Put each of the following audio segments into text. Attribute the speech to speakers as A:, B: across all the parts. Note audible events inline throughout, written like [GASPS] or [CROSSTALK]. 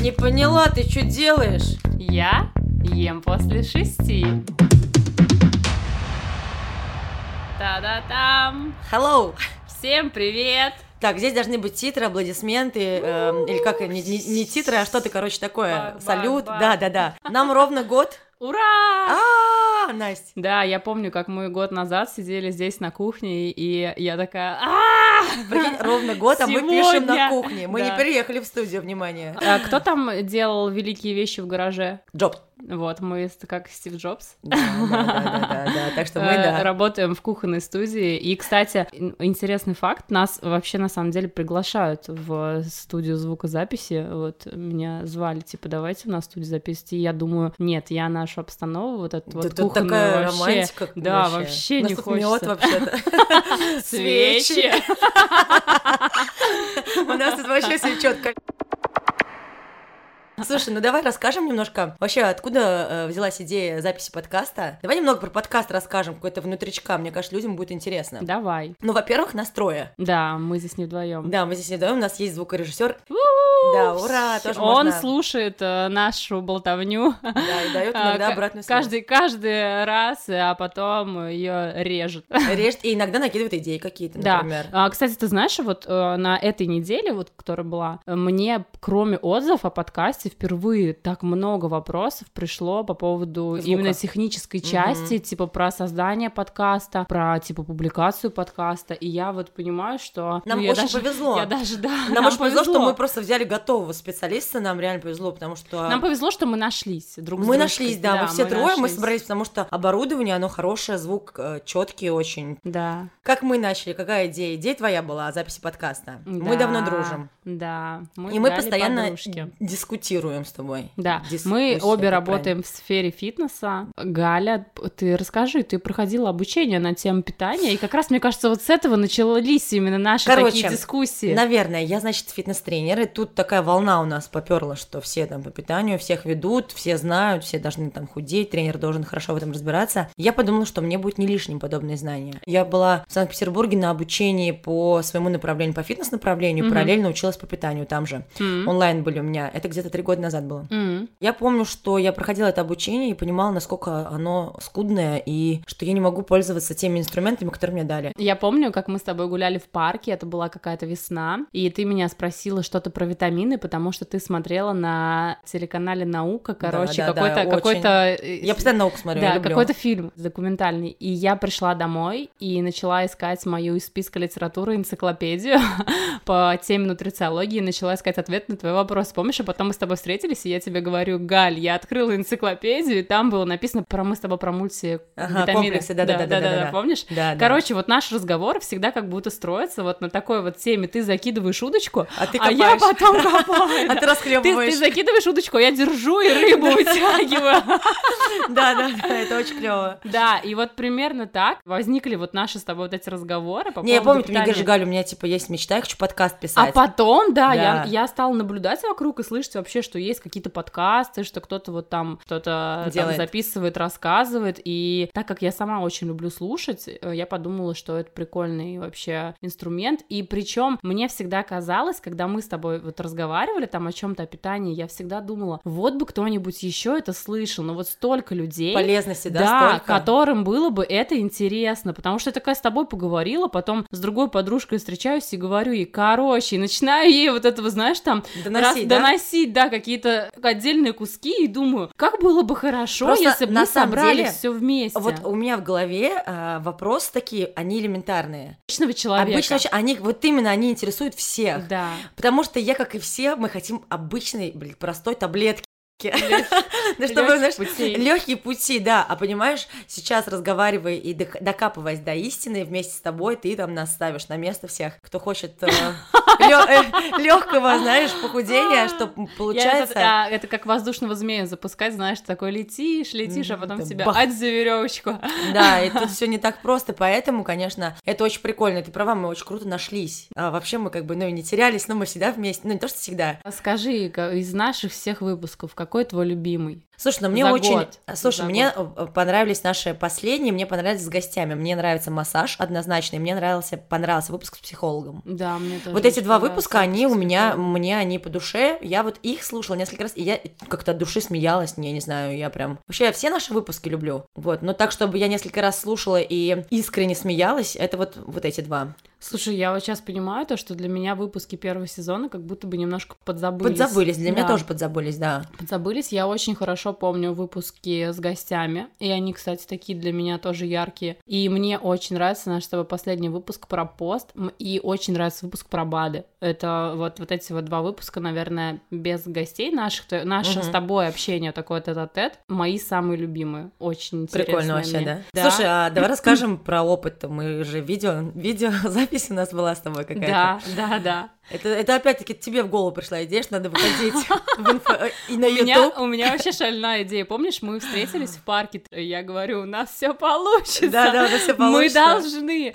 A: Не поняла, ты что делаешь?
B: Я ем после шести. Та-да-там!
A: Hello!
B: Всем привет!
A: Так, здесь должны быть титры, аплодисменты, эм, или как, не, не- не титры, а что-то, короче, такое.
B: Ба- ба-
A: Салют,
B: ба.
A: да-да-да. Нам ровно год.
B: Ура!
A: А, Настя.
B: Да, я помню, как мы год назад сидели здесь на кухне, и я такая... «А!»
A: Прикинь, ровно год, а мы пишем на
B: Сегодня.
A: кухне. Мы не
B: Да.
A: переехали в студию, внимание.
B: А кто там делал великие вещи в гараже?
A: Джоб.
B: Вот, мы с- как Стив Джобс.
A: Да-да-да, так что мы,
B: э,
A: да.
B: работаем в кухонной студии. И, кстати, ин- интересный факт, нас вообще на самом деле приглашают в студию звукозаписи. Вот меня звали, типа, давайте у нас студию записывайте. И я думаю, нет, я нашу обстанову, вот эту
A: Да
B: вот
A: тут
B: кухонную
A: такая
B: вообще-
A: романтика.
B: Да, вообще
A: У нас
B: не
A: тут
B: хочется.
A: мёд вообще-то.
B: [LAUGHS] Свечи.
A: У нас тут вообще все четко. Слушай, ну давай расскажем немножко вообще, откуда э, взялась идея записи подкаста. Давай немного про подкаст расскажем, какой-то внутричка. Мне кажется, людям будет интересно.
B: Давай.
A: Ну, во-первых, настроя.
B: Да, мы здесь не вдвоем.
A: Да, мы здесь не даем, у нас есть звукорежиссер. Да, ура, тоже
B: Он
A: можно.
B: слушает э, нашу болтовню
A: Да, и дает
B: А,
A: иногда
B: ка-
A: обратную связь. [LAUGHS]
B: каждый каждый раз, э, а потом ее режет.
A: Режет и иногда накидывает идеи какие-то,
B: Да.
A: например.
B: А, кстати, ты знаешь, вот э, на этой неделе, вот, которая была, э, мне, кроме отзывов о подкасте, впервые так много вопросов пришло по поводу
A: Звука.
B: именно технической части,
A: Мгм.
B: типа про создание подкаста, про, типа, публикацию подкаста, и я вот понимаю, что... ну,
A: Нам
B: я
A: очень
B: даже-
A: повезло.
B: Я даже, да,
A: Нам, очень повезло, что мы просто взяли готового специалиста, нам реально повезло, потому что...
B: Нам повезло, что мы нашлись друг с
A: мы
B: дружкой.
A: нашлись, да, мы все трое, мы
B: нашлись.
A: собрались, потому что оборудование, оно хорошее, звук четкий очень.
B: Да.
A: Как мы начали, какая идея? Идея твоя была о записи подкаста. Мы давно
B: Да,
A: дружим.
B: Да. Мы
A: и мы
B: дали
A: постоянно
B: подружки.
A: дискутируем с тобой.
B: Да,
A: Дис-
B: мы
A: вообще,
B: обе
A: это
B: работаем в сфере фитнеса. Галя, п- ты расскажи, ты проходила обучение на тему питания, и как раз, мне кажется, вот с этого начались именно наши
A: Короче,
B: такие дискуссии.
A: Наверное, я, значит, фитнес-тренер, и тут такая волна у нас поперла, что все там по питанию, всех ведут, все знают, все должны там худеть, тренер должен хорошо в этом разбираться. Я подумала, что мне будет не лишним подобные знания. Я была в Санкт-Петербурге на обучении по своему направлению, по фитнес-направлению,
B: Мгм.
A: параллельно училась по питанию там же.
B: М.
A: Онлайн были у меня, это где-то три года назад было.
B: М.
A: Я помню, что я проходила это обучение и понимала, насколько оно скудное, и что я не могу пользоваться теми инструментами, которые мне дали.
B: Я помню, как мы с тобой гуляли в парке, это была какая-то весна, и ты меня спросила что-то про витамины, потому что ты смотрела на телеканале «Наука»,
A: Да,
B: короче,
A: да, да,
B: какой-то...
A: очень.
B: какой-то э,
A: Я постоянно науку смотрю, я
B: Да,
A: люблю.
B: какой-то фильм документальный. И я пришла домой и начала искать мою из списка литературы энциклопедию [LAUGHS] по теме нутрициологии, и начала искать ответ на твой вопрос. Помнишь, а потом мы с тобой встретились, и я тебе говорю, Галь, я открыла энциклопедию, и там было написано про мы с тобой про мульти
A: Ага, комплексы, да-да-да-да-да.
B: помнишь?
A: Да, да.
B: Короче, вот наш разговор всегда как будто строится вот на такой вот теме. Ты закидываешь удочку,
A: а ты
B: а я
A: копаешь. [LAUGHS]
B: потом копаю.
A: А ты
B: Ты, ты
A: расхлебываешь.
B: закидываешь удочку, а я держу и
A: [LAUGHS]
B: рыбу вытягиваю.
A: Да, да, да, это очень клево.
B: Да, и вот примерно так возникли вот наши с тобой вот эти разговоры по
A: Не, я
B: поводу
A: помню, ты мне
B: питания.
A: говоришь, Галь, у меня типа есть мечта, я хочу подкаст
B: А
A: писать.
B: потом, да,
A: Да.
B: Я, я стала наблюдать вокруг и слышать вообще, что есть какие-то подкасты, что кто-то вот там что-то там
A: Делает.
B: записывает, рассказывает. И так как я сама очень люблю слушать, э, я подумала, что это прикольный вообще инструмент. И причем мне всегда казалось, когда мы с тобой вот разговаривали там о чем-то о питании, я всегда думала, вот бы кто-нибудь еще это слышал, но вот столько людей.
A: Полезности, да,
B: Да,
A: столько.
B: которым было бы это интересно, потому что я такая с тобой поговорила, потом с другой подружкой встречаюсь и говорю ей, короче, и начинаю ей вот этого, знаешь, там раз-
A: Доносить, да?
B: доносить, да, какие-то отдельные куски, и думаю, как было бы хорошо,
A: Просто
B: если бы
A: на
B: мы
A: самом
B: собрали
A: деле,
B: все вместе.
A: Вот у меня в голове а, вопросы такие, они элементарные.
B: обычного человека.
A: Обычно очень- они, вот именно они интересуют всех. [LAUGHS]
B: Да.
A: Потому что я, как и все, мы хотим обычной, блин, простой таблетки. [LAUGHS] Ну, чтобы,
B: Лёгких
A: знаешь, [LAUGHS]
B: путей.
A: легкие пути, да. А понимаешь, сейчас разговаривая и док- докапываясь до истины вместе с тобой, ты там нас ставишь на место всех, кто хочет э,
B: [LAUGHS]
A: легкого, знаешь,
B: [LAUGHS]
A: похудения, чтобы
B: Я это,
A: получается.
B: да, это как воздушного змея запускать, знаешь, ты такой летишь, летишь, а
A: Мгм,
B: потом
A: да
B: тебя
A: бах.
B: ать за [LAUGHS] веревочку.
A: Да, и тут все не так просто, поэтому, конечно, это очень прикольно. Ты права, мы очень круто нашлись. А вообще мы как бы, ну, не терялись, но мы всегда вместе, ну, не то, что всегда.
B: Скажи, ка- из наших всех выпусков, какой твой любимый?
A: Слушай, ну мне
B: За
A: очень...
B: год.
A: Слушай,
B: За
A: мне э, понравились наши последние, мне понравились с гостями. Мне нравится массаж однозначно, и мне нравился, понравился выпуск с психологом.
B: Да, мне тоже.
A: Вот эти
B: очень
A: два
B: понравился
A: выпуска, они у
B: «Артистский
A: меня,
B: психолог».
A: мне они по душе. Я вот их слушала несколько раз, и я как-то от души смеялась, я не знаю, я прям... Вообще, я все наши выпуски люблю, вот. Но так, чтобы я несколько раз слушала и искренне смеялась, это вот, вот эти два.
B: Слушай, я вот сейчас понимаю то, что для меня выпуски первого сезона как будто бы немножко подзабылись.
A: Подзабылись, для меня
B: Да,
A: тоже подзабылись, да.
B: Подзабылись. Я очень хорошо помню выпуски с гостями. И они, кстати, такие для меня тоже яркие. И мне очень нравится наш с тобой последний выпуск про пост. М, И очень нравится выпуск про БАДы. Это вот, вот эти вот два выпуска, наверное, без гостей наших. то- Наше
A: Мгм.
B: с тобой общение такое тет-а-тет. Мои самые любимые. Очень интересные
A: Прикольно вообще,
B: мне.
A: да? Слушай, а
B: [CLEARS THROAT]
A: давай расскажем про опыт. Мы же видео, видеозапись у нас была с тобой а какая-то.
B: да, да, да.
A: Это, это опять-таки тебе в голову пришла идея, что надо
B: [LAUGHS]
A: выходить в инфо- и на
B: У меня,
A: YouTube.
B: у меня вообще шальная идея. Помнишь, мы встретились в парке, я говорю, у нас все получится.
A: Да, да, да, все
B: Мы
A: получится.
B: должны.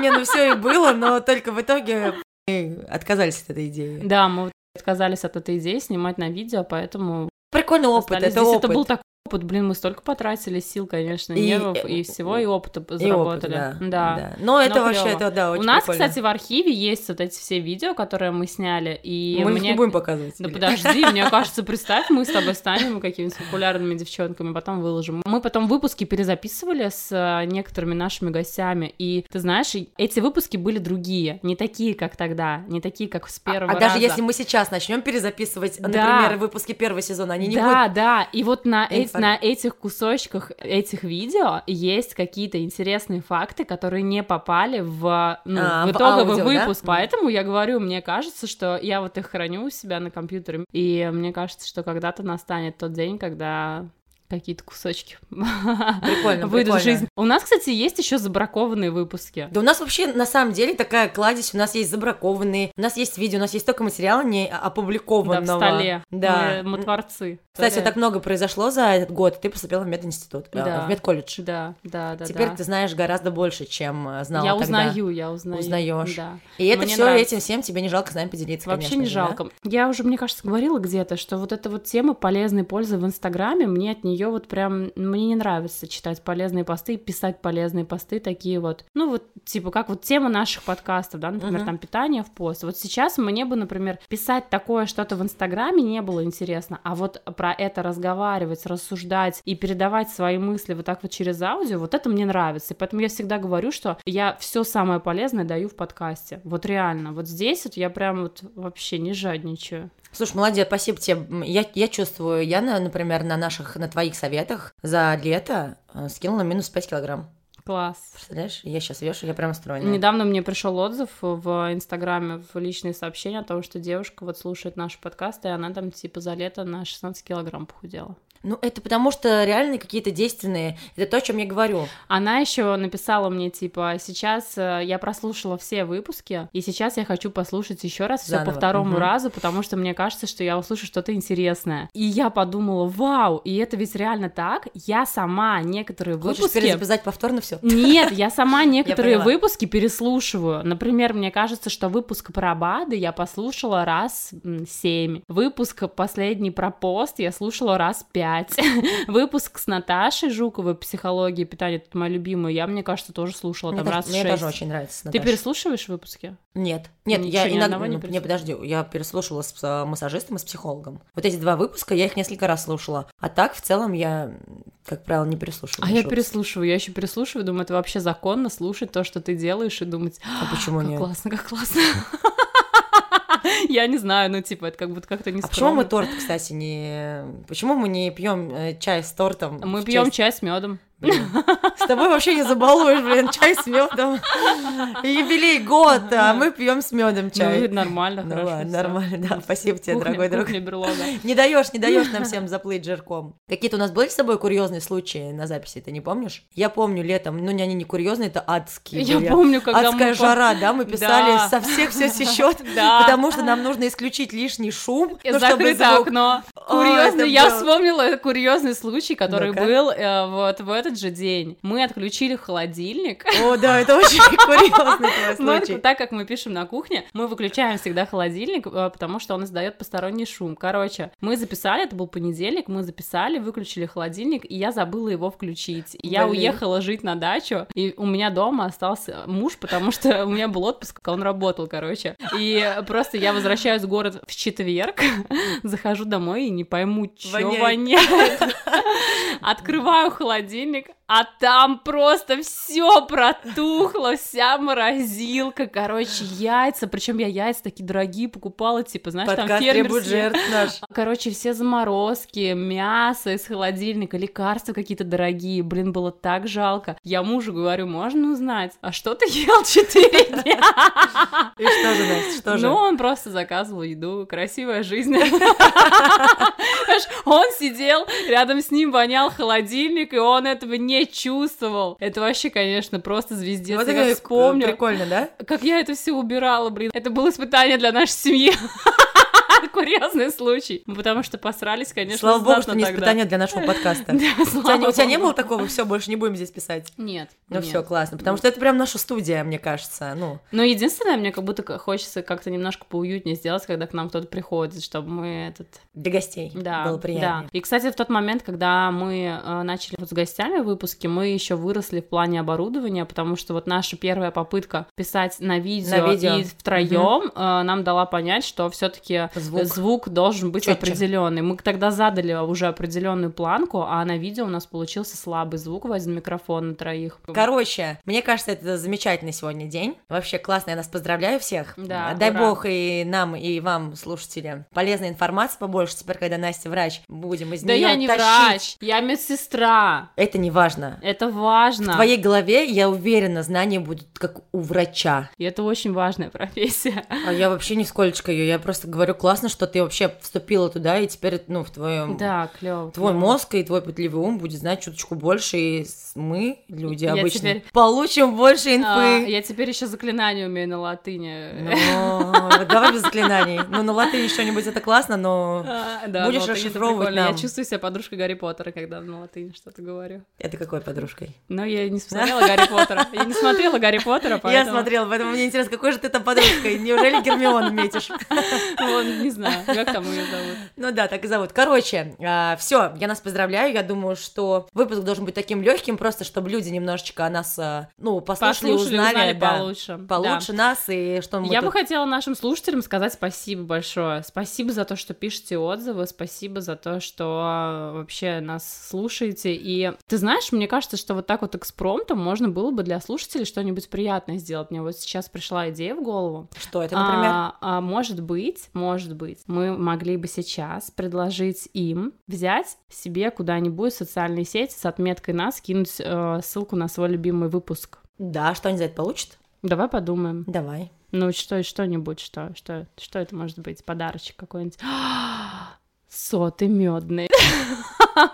A: Не, ну все и было, но только в итоге мы отказались от этой идеи.
B: Да, мы вот отказались от этой идеи снимать на видео, поэтому
A: Прикольный опыт,
B: остались
A: это
B: здесь. Это был
A: опыт.
B: такой опыт, блин, мы столько потратили сил, конечно,
A: И- э,
B: нервов и всего, и опыта
A: И опыт,
B: заработали.
A: да.
B: да.
A: да. Но это вообще,
B: клёво.
A: это да, очень
B: У нас,
A: прикольно.
B: кстати, в архиве есть вот эти все видео, которые мы сняли, и
A: мы их
B: мне
A: не будем показывать.
B: Да
A: или-
B: подожди, мне кажется, представь, мы с тобой станем какими-то популярными девчонками, потом выложим. Мы потом выпуски перезаписывали с э, некоторыми нашими гостями, и ты знаешь, и эти выпуски были другие, не такие, как тогда, не такие, как с
A: А
B: первого
A: даже
B: раза.
A: если мы сейчас начнем перезаписывать,
B: Да.
A: например, выпуски первого сезона, они не будут
B: да, да, и вот на, э-
A: Инфа-
B: на этих кусочках этих видео есть какие-то интересные факты, которые не попали в, ну,
A: А,
B: в
A: в
B: итоговый
A: аудио, да?
B: выпуск.
A: Мгм.
B: Поэтому я говорю, мне кажется, что я вот их храню у себя на компьютере, и мне кажется, что когда-то настанет тот день, когда какие-то кусочки
A: прикольно,
B: [LAUGHS] выйдут в
A: прикольно.
B: жизнь. У нас, кстати, есть еще забракованные выпуски.
A: Да у нас вообще на самом деле такая кладезь, у нас есть забракованные, у нас есть видео, у нас есть столько материала не
B: Да,
A: опубликованного.
B: в столе.
A: Да.
B: Мы, мы творцы.
A: Кстати,
B: Творец.
A: так много произошло за этот год, ты поступила в мединститут, э,
B: Да.
A: в медколледж.
B: Да, да, да.
A: Теперь
B: да.
A: ты знаешь гораздо больше, чем э, знала
B: я
A: тогда.
B: узнаю, я узнаю.
A: Узнаёшь.
B: Да.
A: И это
B: Мне
A: все
B: нравится.
A: этим всем тебе не жалко с нами поделиться,
B: Вообще
A: конечно
B: не
A: же, да?
B: жалко. Я уже, мне кажется, говорила где-то, что вот эта вот тема полезной пользы в Инстаграме, мне от нее вот прям, мне не нравится читать полезные посты, писать полезные посты такие вот. Ну вот, типа, как вот тема наших подкастов, да, например,
A: Мгм.
B: там питание в пост. Вот сейчас мне бы, например, писать такое что-то в Инстаграме не было интересно, а вот про это разговаривать, рассуждать и передавать свои мысли вот так вот через аудио, вот это мне нравится. И поэтому я всегда говорю, что я все самое полезное даю в подкасте. Вот реально, вот здесь вот я прям вот вообще не жадничаю.
A: Слушай, молодец, спасибо тебе. М, Я, я чувствую, я, на- например, на наших, на твоих советах за лето э, скинула минус 5 килограмм.
B: Класс.
A: Представляешь, я сейчас вешу, я прямо стройная.
B: Недавно мне пришел отзыв в Инстаграме, в личные сообщения о том, что девушка вот слушает наш подкаст, и она там типа за лето на 16 килограмм похудела.
A: Ну, это потому что реально какие-то действенные. Это то, о чем я говорю.
B: Она еще написала мне, типа, сейчас э, я прослушала все выпуски, и сейчас я хочу послушать еще раз все по
A: Заново,
B: второму
A: мгм.
B: разу, потому что мне кажется, что я услышу что-то интересное. И я подумала, вау, и это ведь реально так. Я сама некоторые
A: Хочешь
B: выпуски... Ну,
A: перезаписать повторно все?
B: Нет, я
A: [LAUGHS]
B: сама некоторые
A: поняла.
B: выпуски переслушиваю. Например, мне кажется, что выпуск про БАДы я послушала раз м, семь. Выпуск последний про пост я слушала раз пять. [LAUGHS] Выпуск с Наташей Жуковой «Психология и питание» — это моя любимая. Я, мне кажется, тоже слушала там раз
A: мне тоже
B: шесть.
A: очень нравится.
B: Ты
A: Наташа.
B: переслушиваешь выпуски?
A: Нет. Нет,
B: Ничего,
A: я
B: ни
A: иногда.
B: одного не
A: ну, не,
B: переслушала?
A: подожди, я переслушивала с э, массажистом и с психологом. Вот эти два выпуска я их несколько раз слушала. А так в целом я, как правило, не переслушивала.
B: А я
A: наши
B: переслушиваю, я еще переслушиваю, думаю, это вообще законно слушать то, что ты делаешь, и думать,
A: выпуски. А почему
B: как
A: нет?
B: классно, как классно. [LAUGHS] Я не знаю, ну типа это как будто как-то не
A: А почему мы
B: скромно.
A: торт, кстати, не... Почему мы не пьем э, чай с тортом?
B: Мы
A: в
B: пьем
A: честь-
B: чай с медом.
A: Блин, С тобой вообще не забалуешь, блин, чай с медом. Юбилей год, а мы пьем с медом
B: Ну,
A: чай.
B: и нормально,
A: Ну
B: хорошо.
A: ладно,
B: всё.
A: нормально, да. Спасибо тебе,
B: Кухня-
A: дорогой друг. [LAUGHS]
B: кухня берлога.
A: Не даешь, не даешь
B: [LAUGHS]
A: нам всем заплыть жирком. Какие-то у нас были с тобой курьезные случаи на записи, ты не помнишь? Я помню летом, ну не они не курьезные, это адские.
B: Я
A: были.
B: помню, когда мы...
A: Адская
B: по-
A: жара, да, мы писали
B: Да.
A: со всех
B: [LAUGHS]
A: все сечет,
B: Да.
A: потому что нам нужно исключить лишний шум, ну, чтобы
B: Закрыто
A: звук
B: окно.
A: О,
B: Курьезный,
A: это
B: я
A: было.
B: вспомнила курьезный случай, который
A: Ну-ка.
B: был э, вот в этот этот же день мы отключили холодильник.
A: О, да, это очень
B: [LAUGHS] Ну,
A: курьезный твой
B: Мы
A: случай.
B: отк- так как мы пишем на кухне, мы выключаем всегда холодильник, э, потому что он издает посторонний шум. Короче, мы записали, это был понедельник, мы записали, выключили холодильник, и я забыла его включить. И Я
A: Блин.
B: уехала жить на дачу, и у меня дома остался муж, потому что [LAUGHS] у меня был отпуск, а он работал, короче. И просто я возвращаюсь в город в четверг, [LAUGHS] захожу домой и не пойму, чё
A: Воняет.
B: воняет. Открываю холодильник, а там просто все протухло, вся морозилка, короче, яйца, причем я яйца такие дорогие покупала, типа, знаешь, там
A: Подкаст требует
B: фермерские. А,
A: жертв наш.
B: [LAUGHS] Короче, все заморозки, мясо из холодильника, лекарства какие-то дорогие. Блин, было так жалко. Я мужу говорю, можно узнать, а что ты ел 4 дня?
A: И что же, Настя, что же?
B: Ну, он просто заказывал еду.
A: [LAUGHS]
B: Красивая жизнь. Понимаешь, Он сидел, рядом с ним вонял холодильник, и он этого не чувствовал. Это вообще, конечно, просто звездец.
A: Вот
B: я
A: это э,
B: как вспомню,
A: Прикольно, да?
B: как я это все убирала, блин. Это было испытание для нашей семьи. [LAUGHS] Курьезный случай. Мы Потому что посрались, конечно,
A: Слава богу, что
B: знатно
A: не
B: тогда.
A: испытание для нашего подкаста.
B: [LAUGHS] Да,
A: У тебя, не-
B: слава
A: у тебя не
B: богу.
A: было такого, все, больше не будем здесь писать.
B: Нет.
A: Ну
B: нет.
A: все, классно. Потому что это прям наша студия, мне кажется. Ну,
B: Но единственное, мне как будто хочется как-то немножко поуютнее сделать, когда к нам кто-то приходит, чтобы мы этот
A: для гостей
B: Да,
A: было приятно.
B: да. И, кстати, в тот момент, когда мы э, начали вот с гостями выпуски, мы еще выросли в плане оборудования, потому что вот наша первая попытка писать на видео,
A: На видео.
B: и втроем э, нам дала понять, что все-таки
A: Звук.
B: звук. должен быть
A: Чётче.
B: определенный. Мы тогда задали уже определенную планку, а на видео у нас получился слабый звук в один микрофон на троих.
A: Короче, мне кажется, это замечательный сегодня день. Вообще классно, я нас поздравляю всех. А,
B: Да,
A: Дай
B: ура.
A: бог и нам, и вам, слушатели, полезной информации побольше. Теперь, когда Настя врач, будем из
B: да
A: нее
B: я не
A: тащить.
B: врач, я медсестра.
A: Это не важно.
B: Это
A: В
B: важно.
A: твоей голове, я уверена, знания будут как у врача.
B: [LAUGHS] И это очень важная профессия.
A: А я вообще нисколечко ее, я просто говорю, классно, что ты вообще вступила туда, и теперь, ну, в твоем...
B: Да, клево.
A: Твой мозг и твой пытливый ум будет знать чуточку больше, и с- мы, люди
B: Я
A: обычные,
B: теперь-
A: получим больше
B: А,
A: инфы.
B: я теперь еще заклинание умею на латыни.
A: Ну, давай без заклинаний. Ну, на латыни что-нибудь это классно, но
B: А, [LAUGHS] да,
A: будешь
B: на латыни это
A: расшифровывать
B: прикольно.
A: нам.
B: Я чувствую себя подружкой Гарри Поттера, когда на латыни что-то говорю.
A: это какой подружкой?
B: Но я не смотрела Гарри Поттера. Я не смотрела Гарри Поттера, поэтому...
A: Я смотрела, поэтому мне интересно, какой же ты там подружкой? Неужели Гермион метишь?
B: [LAUGHS] Вот, не знаю, как там ее зовут.
A: Ну да, так и зовут. Короче, все, я нас поздравляю. Я думаю, что выпуск должен быть таким легким, просто чтобы люди немножечко о нас, а, ну, послушали,
B: Послушали,
A: узнали,
B: узнали
A: да,
B: получше. Да.
A: получше нас и что мы
B: Я
A: тут-
B: бы хотела нашим слушателям сказать спасибо большое. Спасибо за то, что пишете отзывы, спасибо за то, что э, вообще нас слушаете. И ты знаешь, мне кажется, что вот так вот экспромтом можно было бы для слушателей что-нибудь приятное сделать. Мне вот сейчас пришла идея в голову.
A: Что это, например?
B: А, а, может быть, может быть, мы могли бы сейчас предложить им взять себе куда-нибудь социальные сети с отметкой нас, кинуть э, ссылку на свой любимый выпуск.
A: Да, что они за это получат?
B: Давай подумаем.
A: Давай.
B: [LAUGHS] Ну, что, что-нибудь, что, что, что это может быть? Подарочек какой-нибудь. [GASPS] Соты медные. [LAUGHS]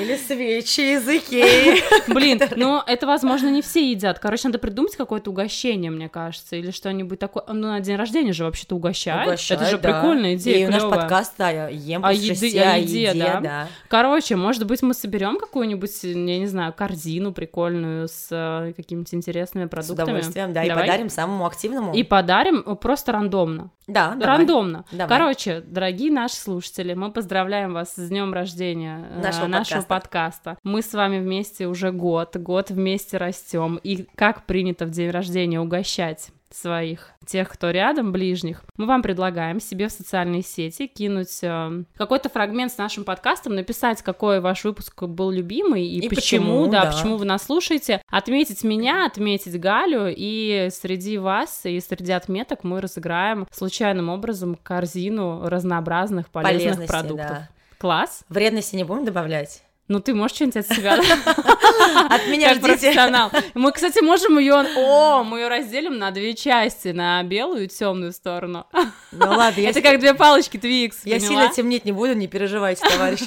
A: Или свечи, языки.
B: Блин, ну это, возможно, не все едят. Короче, надо придумать какое-то угощение, мне кажется, или что-нибудь такое. Ну, на день рождения же вообще-то угощают. это же прикольная идея,
A: И наш
B: клёвая.
A: подкаст а, я ем
B: О
A: после
B: еды-
A: шести,
B: о
A: о
B: еде,
A: еде,
B: да.
A: да.
B: Короче, может быть, мы соберем какую-нибудь, я не знаю, корзину прикольную с э, какими-то интересными
A: С
B: продуктами.
A: удовольствием, да, и
B: Давай.
A: подарим самому активному.
B: И подарим э, просто рандомно.
A: Да, давай.
B: Рандомно.
A: Давай.
B: Короче, дорогие наши слушатели, мы поздравляем вас с днем рождения э,
A: Нашего
B: нашего,
A: подкаста.
B: подкаста. Мы с вами вместе уже год, год вместе растем. И как принято в день рождения угощать своих, тех, кто рядом, ближних, мы вам предлагаем себе в социальные сети кинуть э, какой-то фрагмент с нашим подкастом, написать, какой ваш выпуск был любимый и,
A: И
B: почему,
A: почему,
B: да,
A: да.
B: почему ну, вы нас слушаете, отметить меня, отметить Галю, и среди вас, и среди отметок мы разыграем случайным образом корзину разнообразных полезных
A: Полезности,
B: продуктов.
A: да.
B: Класс.
A: Вредности не будем добавлять?
B: Ну ты можешь что-нибудь от
A: [LAUGHS]
B: себя
A: От меня
B: [LAUGHS] как
A: ждите.
B: профессионал. Мы, кстати, можем ее...
A: [LAUGHS]
B: О, мы ее разделим на две части, на белую и темную сторону.
A: Ну ладно, я
B: Это как две палочки Твикс,
A: Я
B: поняла?
A: сильно темнеть не буду, не переживайте,
B: [LAUGHS]
A: товарищи.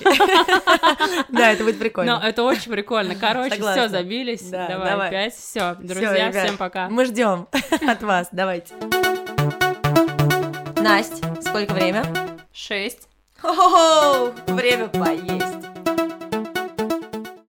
A: Да, это будет
B: Но
A: прикольно.
B: это очень прикольно. Короче,
A: Согласна.
B: все, забились.
A: Да,
B: давай,
A: давай.
B: опять.
A: Всё,
B: Все, друзья,
A: ребят,
B: всем пока.
A: Мы ждем [LAUGHS] от вас, давайте. Настя, сколько время?
B: Шесть.
A: Хо-хо-хо, время поесть.